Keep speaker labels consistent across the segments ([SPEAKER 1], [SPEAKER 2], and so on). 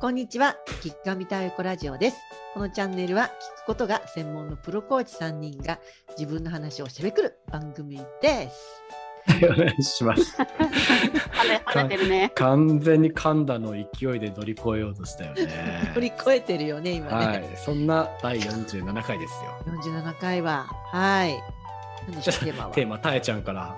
[SPEAKER 1] こんにちは、きっかみたいこラジオです。このチャンネルは聞くことが専門のプロコーチ3人が自分の話をしゃべくる番組です。
[SPEAKER 2] お願いします。
[SPEAKER 3] 晴れ晴れてるね。
[SPEAKER 2] 完全に噛んだの勢いで乗り越えようとしたよね。
[SPEAKER 1] 乗り越えてるよね、今ね。
[SPEAKER 2] はい、そんな第47回ですよ。
[SPEAKER 1] 47回は、はい。何でしょう、テーマは。
[SPEAKER 2] テーマ、たえちゃんから。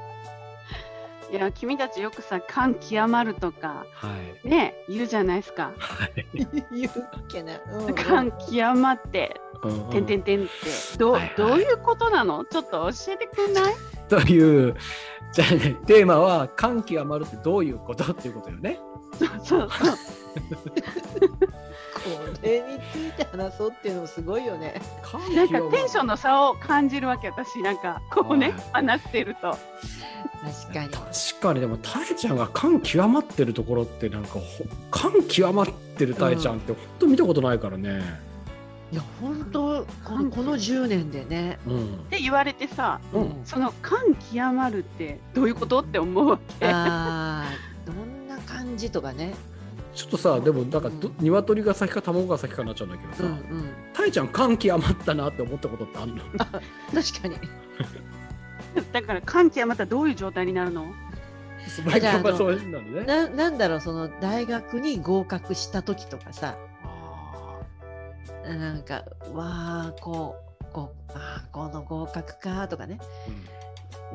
[SPEAKER 3] いや、君たちよくさ、感極まるとか、
[SPEAKER 2] はい。
[SPEAKER 3] ね、言うじゃないですか。
[SPEAKER 2] はい。
[SPEAKER 1] 言うっけな。うんうん
[SPEAKER 3] 感極まって、
[SPEAKER 2] うんうん
[SPEAKER 3] てんてんてんって、どう
[SPEAKER 2] はいはい
[SPEAKER 3] どういうことなのちょっと教えてくんない
[SPEAKER 2] という、じゃあね、テーマは、歓喜余るってどういうことっていうことよね。
[SPEAKER 3] そうそう。
[SPEAKER 1] これについて話そうっていうのもすごいよね。
[SPEAKER 2] 歓
[SPEAKER 3] なんかテンションの差を感じるわけ、私。なんか、こうね
[SPEAKER 2] はい、
[SPEAKER 3] 話してると。
[SPEAKER 1] 確かに。
[SPEAKER 2] 確かにでもたえちゃんが感極まってるところってなんかほ感極まってるたえちゃんって本当見たことないからね。
[SPEAKER 1] いや、本当このこの10年でね。
[SPEAKER 2] うん
[SPEAKER 3] って言われてさ、
[SPEAKER 2] うん
[SPEAKER 3] その感極まるってどういうことって思うわけ。
[SPEAKER 1] あーどんな感じとかね。
[SPEAKER 2] ちょっとさでもなんかど
[SPEAKER 1] うん
[SPEAKER 2] 鶏が先か卵が先かになっちゃうんだけど
[SPEAKER 1] う
[SPEAKER 2] さ、
[SPEAKER 1] んうん。
[SPEAKER 2] たえちゃん感極まったなって思ったことってあるの
[SPEAKER 1] 確かに。
[SPEAKER 3] だから、感極まったらどういう状態になるの
[SPEAKER 2] それ
[SPEAKER 1] じゃああの
[SPEAKER 2] がまあそういうのね。
[SPEAKER 1] ななんだろうその大学に合格した時とかさ
[SPEAKER 2] あ
[SPEAKER 1] なんか「わあこうこうあーこの合格か」とかね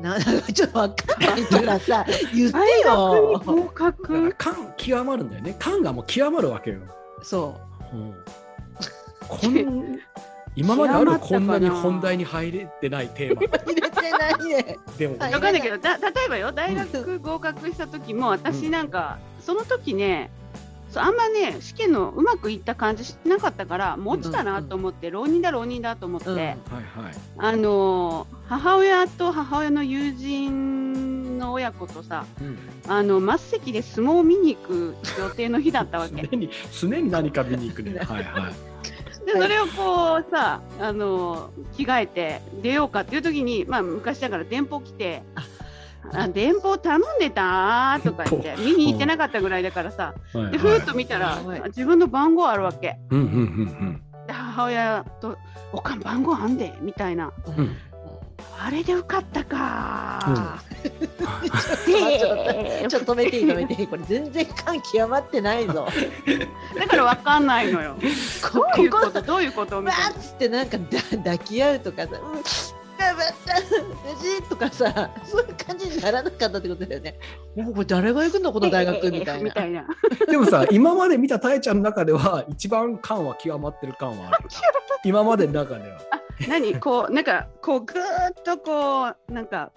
[SPEAKER 2] ーうん
[SPEAKER 1] なちょっとわかんないからさ言って
[SPEAKER 3] 大学に
[SPEAKER 1] よ
[SPEAKER 3] 合格
[SPEAKER 2] だから感極まるんだよね感がもう極まるわけよ。
[SPEAKER 1] そ
[SPEAKER 2] うん、こ ん今まであ
[SPEAKER 3] 極
[SPEAKER 2] る
[SPEAKER 3] まったか
[SPEAKER 2] こ
[SPEAKER 3] なん
[SPEAKER 2] なに本題に入れてないテーマ
[SPEAKER 1] う入れてないね
[SPEAKER 2] でも、
[SPEAKER 1] はい
[SPEAKER 3] わかんないけどだ例えばよ大学合格した時も私なんか、その時ねそうあんまね試験のうまくいった感じしなかったからもう落ちたなと思って、浪人だ浪人だと思って、
[SPEAKER 1] うん
[SPEAKER 2] はいはい。
[SPEAKER 3] あのー母親と母親の友人の親子とさ
[SPEAKER 2] うん
[SPEAKER 3] あの末席で相撲を見に行く予定の日だったわけで
[SPEAKER 2] 常に常に何か見に行く ね。はいはい。
[SPEAKER 3] それをこうさあのー着替えて出ようかっていう時に、まあ、昔だから電報来て
[SPEAKER 1] あ
[SPEAKER 3] 「あ電報頼んでた?」とか言って見に行ってなかったぐらいだからさ
[SPEAKER 2] はい
[SPEAKER 3] でふーっと見たら
[SPEAKER 1] はい
[SPEAKER 3] あ自分の番号あるわけ
[SPEAKER 2] うんうんうん
[SPEAKER 3] で母親と「おかん番号あんで」みたいな
[SPEAKER 2] うんうん。
[SPEAKER 3] 「あれで受かったかー」 へ ー
[SPEAKER 1] ちょっと止めていい止めていいこれ全然感極まってないぞ
[SPEAKER 3] だからわかんないのよ
[SPEAKER 1] こ
[SPEAKER 3] どういうこ
[SPEAKER 1] さ
[SPEAKER 3] とどういうことみ
[SPEAKER 1] わ
[SPEAKER 3] たい
[SPEAKER 1] ーっつってなんかだ抱き合うとかさ「うん頑張った無事」とかさそういう感じにならなかったってことだよね。もうこれ誰が行くんだこ
[SPEAKER 3] な
[SPEAKER 1] の大学みたい
[SPEAKER 3] み
[SPEAKER 1] な。
[SPEAKER 3] たいな
[SPEAKER 2] でも さ、今まで見たたえちゃんの中では、一番感は極まってる感はある。今までの中では。
[SPEAKER 3] 何 こうなんかこうぐーっとこうなんか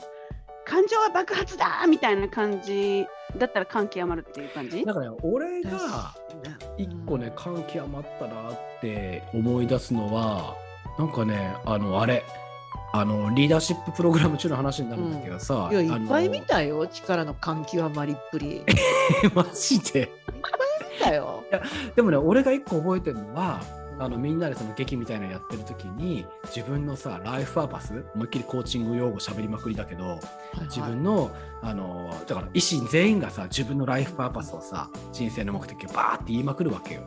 [SPEAKER 3] 感情は爆発だーみたいな感じだったら感極まるっていう感じ
[SPEAKER 2] だから、ね、俺が一個ね、感極まったなって思い出すのは、なんかね、あの、あれ。あのリーダーシッププログラム中の話になるんだけどさ、
[SPEAKER 1] いやいっぱい見
[SPEAKER 2] あ
[SPEAKER 1] たよ力の感極まりっぷ り。いっ
[SPEAKER 2] の マジで
[SPEAKER 1] ぱい見たよ。
[SPEAKER 2] でもね俺が一個覚えてるのはあのみんなでその劇みたいなのやってる時に自分のさライフパーパス思いっきりコーチング用語喋りまくりだけど
[SPEAKER 1] はいはい
[SPEAKER 2] 自分のあのだから医師全員がさ自分のライフパーパスをさ人生の目的をバーって言いまくるわけよ。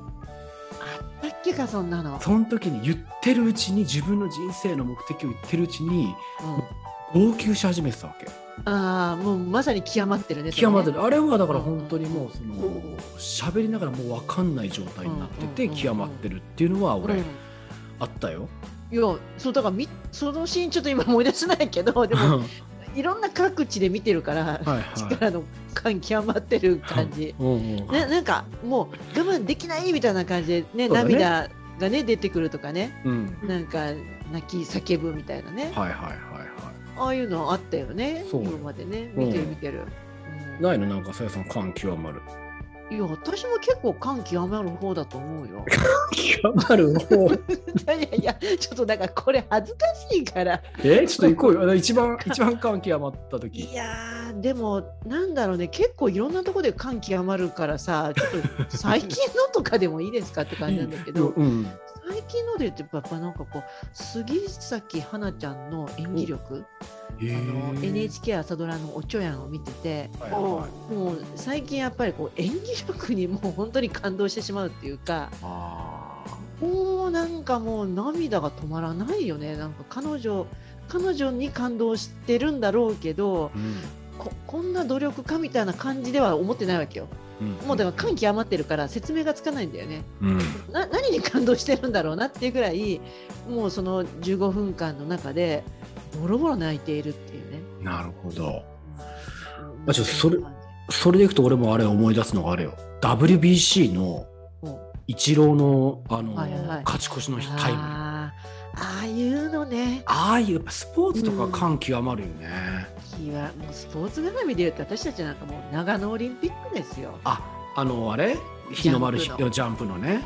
[SPEAKER 1] だっけかそんなの。
[SPEAKER 2] その時に言ってるうちに自分の人生の目的を言ってるうちに
[SPEAKER 1] うん
[SPEAKER 2] 号泣し始めてたわけ。
[SPEAKER 1] ああもうまさに極まってるね。それ
[SPEAKER 2] 極
[SPEAKER 1] ね
[SPEAKER 2] まってるあれはだから本当にもうその喋りながらもう分かんない状態になってて
[SPEAKER 1] うんうんうん
[SPEAKER 2] 極まってるっていうのは
[SPEAKER 1] うん
[SPEAKER 2] 俺あったよ。
[SPEAKER 1] いやそうだからみそのシーンちょっと今思い出せないけ どでも
[SPEAKER 2] はい
[SPEAKER 1] ろんな各地で見てるから
[SPEAKER 2] はい。
[SPEAKER 1] 力の感極まってる感じ。
[SPEAKER 2] うんうん
[SPEAKER 1] ね、なんかもう我慢できないみたいな感じでね
[SPEAKER 2] そうだね
[SPEAKER 1] 涙がね出てくるとかね
[SPEAKER 2] うん
[SPEAKER 1] なんか泣き叫ぶみたいなね
[SPEAKER 2] はいはいはいは
[SPEAKER 1] ああいうのあったよね
[SPEAKER 2] そう
[SPEAKER 1] 今までね
[SPEAKER 2] うん
[SPEAKER 1] 見てる見てる、
[SPEAKER 2] い。ないのなんかさやさん感極まる。
[SPEAKER 1] うんいや私も結構感極まる方だと思う よ
[SPEAKER 2] 極まる方。
[SPEAKER 1] いやいやいやちょっとなんかこれ恥ずかしいから
[SPEAKER 2] えちょっと行こうよ。一番一番感極まった時。
[SPEAKER 1] いやーでもなんだろうね結構いろんなとこで感極まるからさちょっと最近のとかでもいいですかって感じなんだけど
[SPEAKER 2] うん。
[SPEAKER 1] 最最近ので言うとやっぱなんかこう杉咲花ちゃんの演技力
[SPEAKER 2] へ
[SPEAKER 1] あの
[SPEAKER 2] ー
[SPEAKER 1] NHK 朝ドラの「おちょやん」を見てて
[SPEAKER 2] はいはい
[SPEAKER 1] もう最近やっぱりこう演技力にもう本当に感動してしまうっていうか
[SPEAKER 2] あ
[SPEAKER 1] もうなんかもう涙が止まらないよねなんか彼女彼女に感動してるんだろうけど
[SPEAKER 2] ーうん
[SPEAKER 1] ここんな努力かみたいな感じでは思ってないわけよ
[SPEAKER 2] うん
[SPEAKER 1] もうだから感極まってるから説明がつかないんだよね
[SPEAKER 2] うん
[SPEAKER 1] な何に感動してるんだろうなっていうぐらいもうその15分間の中でボロボロ泣いているっていうね。
[SPEAKER 2] なるほど
[SPEAKER 1] うん
[SPEAKER 2] あちょっとそれそれでいくと俺もあれ思い出すのがあれよ WBC の
[SPEAKER 1] うん
[SPEAKER 2] イチローのあの、
[SPEAKER 1] はいはい
[SPEAKER 2] 勝ち越しのタイム
[SPEAKER 1] あ
[SPEAKER 2] あ
[SPEAKER 1] ーああいうのね
[SPEAKER 2] あいうやっぱスポーツとか感極まるよね、
[SPEAKER 1] 気はもうスポーツ絡みで言うと私たちなんかもう長野オリンピックですよ
[SPEAKER 2] ああのあれ日の丸
[SPEAKER 1] ジ
[SPEAKER 2] ジ
[SPEAKER 1] ャンプの
[SPEAKER 2] ャンプのね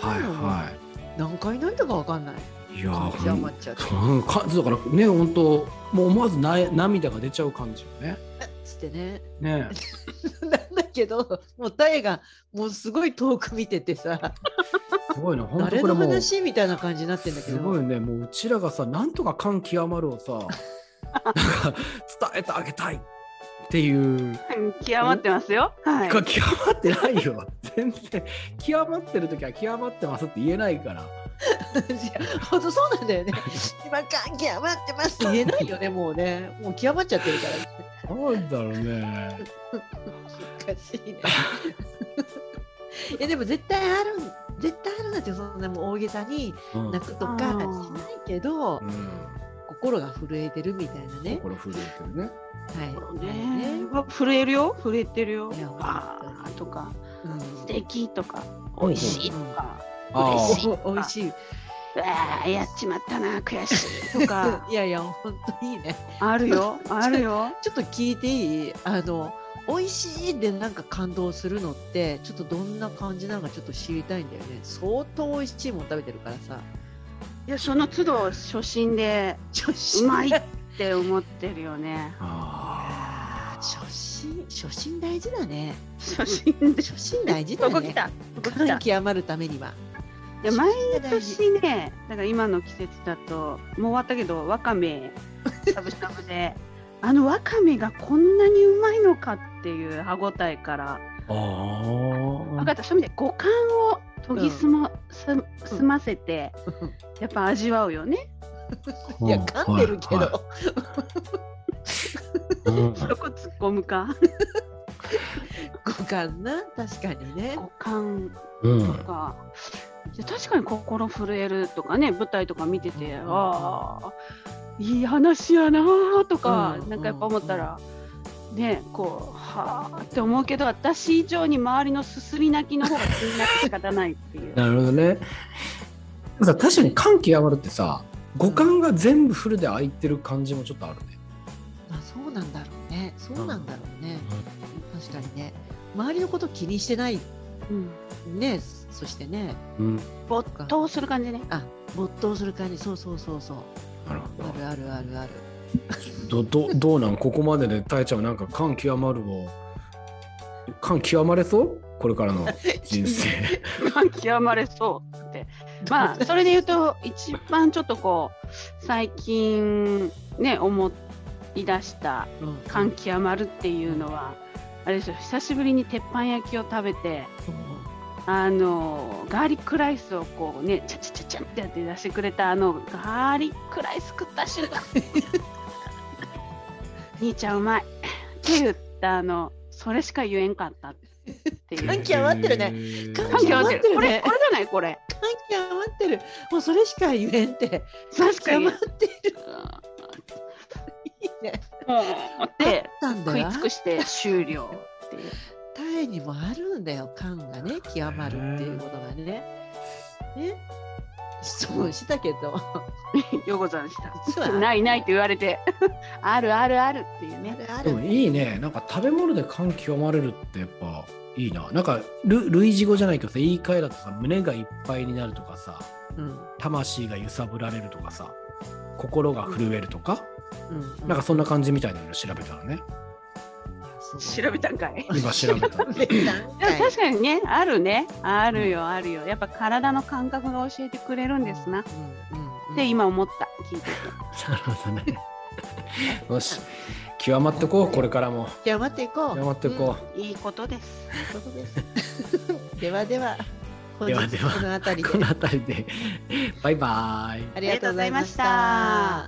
[SPEAKER 1] あん
[SPEAKER 2] は
[SPEAKER 1] な
[SPEAKER 2] い
[SPEAKER 1] のもう
[SPEAKER 2] は
[SPEAKER 1] 何回泣いたかわかんない
[SPEAKER 2] いいや
[SPEAKER 1] 感極ま
[SPEAKER 2] ー
[SPEAKER 1] っちゃって
[SPEAKER 2] うんかだからね本当もう思わずな涙が出ちゃう感じよね
[SPEAKER 1] つってね
[SPEAKER 2] ね
[SPEAKER 1] なんだけどもうタエがもうすごい遠く見ててさ
[SPEAKER 2] すごいね本当
[SPEAKER 1] 誰
[SPEAKER 2] これ
[SPEAKER 1] の
[SPEAKER 2] もう
[SPEAKER 1] 話みたいな感じになってんだけ
[SPEAKER 2] す
[SPEAKER 1] ど
[SPEAKER 2] ごいねもううちらがさなんとか感極まるをさなんか伝えてあげたいっていう
[SPEAKER 3] 極まってますよ。はい。
[SPEAKER 2] これ極まってないよ全然極まってる時は極まってますって言えないから
[SPEAKER 1] 本当そうなんだよね。今感極まってますって言えないよね、もうね。もう極まっちゃってるから、
[SPEAKER 2] なんだろうね
[SPEAKER 1] おかし いね。いやでも絶対ある絶対あるんだってそんなもう大げさに
[SPEAKER 2] うん、
[SPEAKER 1] 泣くとかし
[SPEAKER 3] あ
[SPEAKER 1] ない
[SPEAKER 3] ー
[SPEAKER 1] けど、
[SPEAKER 2] うん、
[SPEAKER 1] 心が震えてるみたいなね。
[SPEAKER 2] 心震えて るね
[SPEAKER 1] はい。
[SPEAKER 3] ね震えるよ震えてるよ
[SPEAKER 1] いや。
[SPEAKER 3] あ
[SPEAKER 1] 本当に
[SPEAKER 3] ーとか
[SPEAKER 1] うん
[SPEAKER 3] 素敵とか美味しいとか
[SPEAKER 2] あ
[SPEAKER 3] 嬉しい
[SPEAKER 1] お美味しい。
[SPEAKER 3] あーやっちまったな悔しいとか
[SPEAKER 1] いやいや本当にいいね。
[SPEAKER 3] あるよあるよ。
[SPEAKER 1] ちょっと 聞いていい？あの美味しいでなんか感動するのってちょっとどんな感じなのかちょっと知りたいんだよね。相当美味しいもん食べてるからさ。
[SPEAKER 3] いやその都度初心で
[SPEAKER 1] 初心
[SPEAKER 3] うまいって思ってるよね。
[SPEAKER 2] あ
[SPEAKER 1] あー初心初心大事だね。
[SPEAKER 3] 初心で。
[SPEAKER 1] 初心大事だ
[SPEAKER 3] こ
[SPEAKER 1] ね。
[SPEAKER 3] こ来た。ここ来
[SPEAKER 1] 感
[SPEAKER 3] た。
[SPEAKER 1] 極まるためには。
[SPEAKER 3] で毎
[SPEAKER 1] 初心
[SPEAKER 3] 年ね、だから今の季節だともう終わったけどわかめしゃぶしゃぶで、 あのわかめがこんなにうまいのかっていう歯ごたえから、
[SPEAKER 2] あ
[SPEAKER 3] 分
[SPEAKER 2] ー
[SPEAKER 3] かった。そういう意味で五感を研ぎ澄ま、す澄ませて
[SPEAKER 1] 大事
[SPEAKER 3] やっぱ味わうよね。
[SPEAKER 1] うんいや噛んでるけど、
[SPEAKER 2] はいうん
[SPEAKER 3] どこ突っ込むか。
[SPEAKER 1] 五感な確かにね
[SPEAKER 3] 五。感
[SPEAKER 2] うん
[SPEAKER 3] とか、いや確かに心震えるとかね舞台とか見てて、
[SPEAKER 1] うん
[SPEAKER 3] ああいい話やなーとか、
[SPEAKER 1] うん
[SPEAKER 3] なんかやっぱ思ったら、ねこうはあって思うけど私以上に周りのすすり泣きの方が気になって仕方ないっ ていう。
[SPEAKER 2] なるほどね。さ確かに感極まるってさ五感が全部フルで開いてる感じもちょっとあるね。
[SPEAKER 1] まあそうなんだろうね。そうなんだろうね。確かにね。周りのこと気にしてない
[SPEAKER 3] うん
[SPEAKER 1] ね。そしてね。
[SPEAKER 2] うん、
[SPEAKER 1] 没
[SPEAKER 3] どうする感じね。
[SPEAKER 1] あ没頭する感じそうそうそうそう
[SPEAKER 2] なる
[SPEAKER 1] あるあるあるある
[SPEAKER 2] ほど。どどどうなんここまででたえちゃんはなんか感極まるを感極まれそうこれからの人 生。
[SPEAKER 3] 極まれそうって まあそれで言うと一番ちょっとこう最近ね思い出した
[SPEAKER 1] うん
[SPEAKER 3] 感極まるっていうのはあれですよ久しぶりに鉄板焼きを食べてあのガーリックライスをこうねチャチャチャチャってやって出してくれたあのガーリックライス食った瞬間兄ちゃんうまいって言ったあのそれしか言えんかったっていう
[SPEAKER 1] 感極まってるね
[SPEAKER 2] ね
[SPEAKER 1] 感
[SPEAKER 3] 感極
[SPEAKER 1] 極
[SPEAKER 3] ま
[SPEAKER 1] ま
[SPEAKER 3] っ
[SPEAKER 1] ってて
[SPEAKER 3] る
[SPEAKER 1] る
[SPEAKER 3] これこれじゃないこれ
[SPEAKER 1] 感極まってるもうそれしか言えんって感
[SPEAKER 3] 確か
[SPEAKER 1] 極
[SPEAKER 3] に
[SPEAKER 1] まってるね
[SPEAKER 3] もうで
[SPEAKER 1] あったん
[SPEAKER 3] 食
[SPEAKER 1] だ
[SPEAKER 3] い
[SPEAKER 1] よ
[SPEAKER 3] 尽くして終了っていう
[SPEAKER 1] タイにもあるんだよ感がね極まるっていうことがねね質問したけどあ
[SPEAKER 3] ようございました
[SPEAKER 1] 実は
[SPEAKER 3] ないないって言われて あるあるあるっていうね
[SPEAKER 1] るあ
[SPEAKER 2] で
[SPEAKER 1] る
[SPEAKER 2] もいいねなんか食べ物で感極まれるってやっぱいいななんかル類似語じゃないけどさ言い換えだとさ胸がいっぱいになるとかさ
[SPEAKER 1] うん
[SPEAKER 2] 魂が揺さぶられるとかさ心が震えるとか。
[SPEAKER 1] うん
[SPEAKER 2] なんかそんな感じみたいなの調べたらね。
[SPEAKER 1] いや
[SPEAKER 3] 調べたんかい。
[SPEAKER 2] 今調 べた。
[SPEAKER 3] でも確かにね、あるね、あるよ、あるよ。やっぱ体の感覚が教えてくれるんですな。って今思った、聞いてて。
[SPEAKER 2] なるほどね。よし、極まってこう、これからも。
[SPEAKER 1] じゃあ待っていこう。
[SPEAKER 2] 極まってこ
[SPEAKER 3] いいことです。
[SPEAKER 1] うん。そういうことですではでは、本
[SPEAKER 2] では
[SPEAKER 1] 日
[SPEAKER 2] では
[SPEAKER 1] この辺
[SPEAKER 2] う。
[SPEAKER 1] り
[SPEAKER 2] こ
[SPEAKER 1] で
[SPEAKER 2] の。辺りで、バイバイ。
[SPEAKER 1] あ
[SPEAKER 3] り
[SPEAKER 1] り
[SPEAKER 3] が
[SPEAKER 1] が
[SPEAKER 3] と
[SPEAKER 1] とうご
[SPEAKER 3] うござ
[SPEAKER 1] ざ
[SPEAKER 3] い
[SPEAKER 1] い
[SPEAKER 3] ま
[SPEAKER 1] ま
[SPEAKER 3] し
[SPEAKER 1] したた。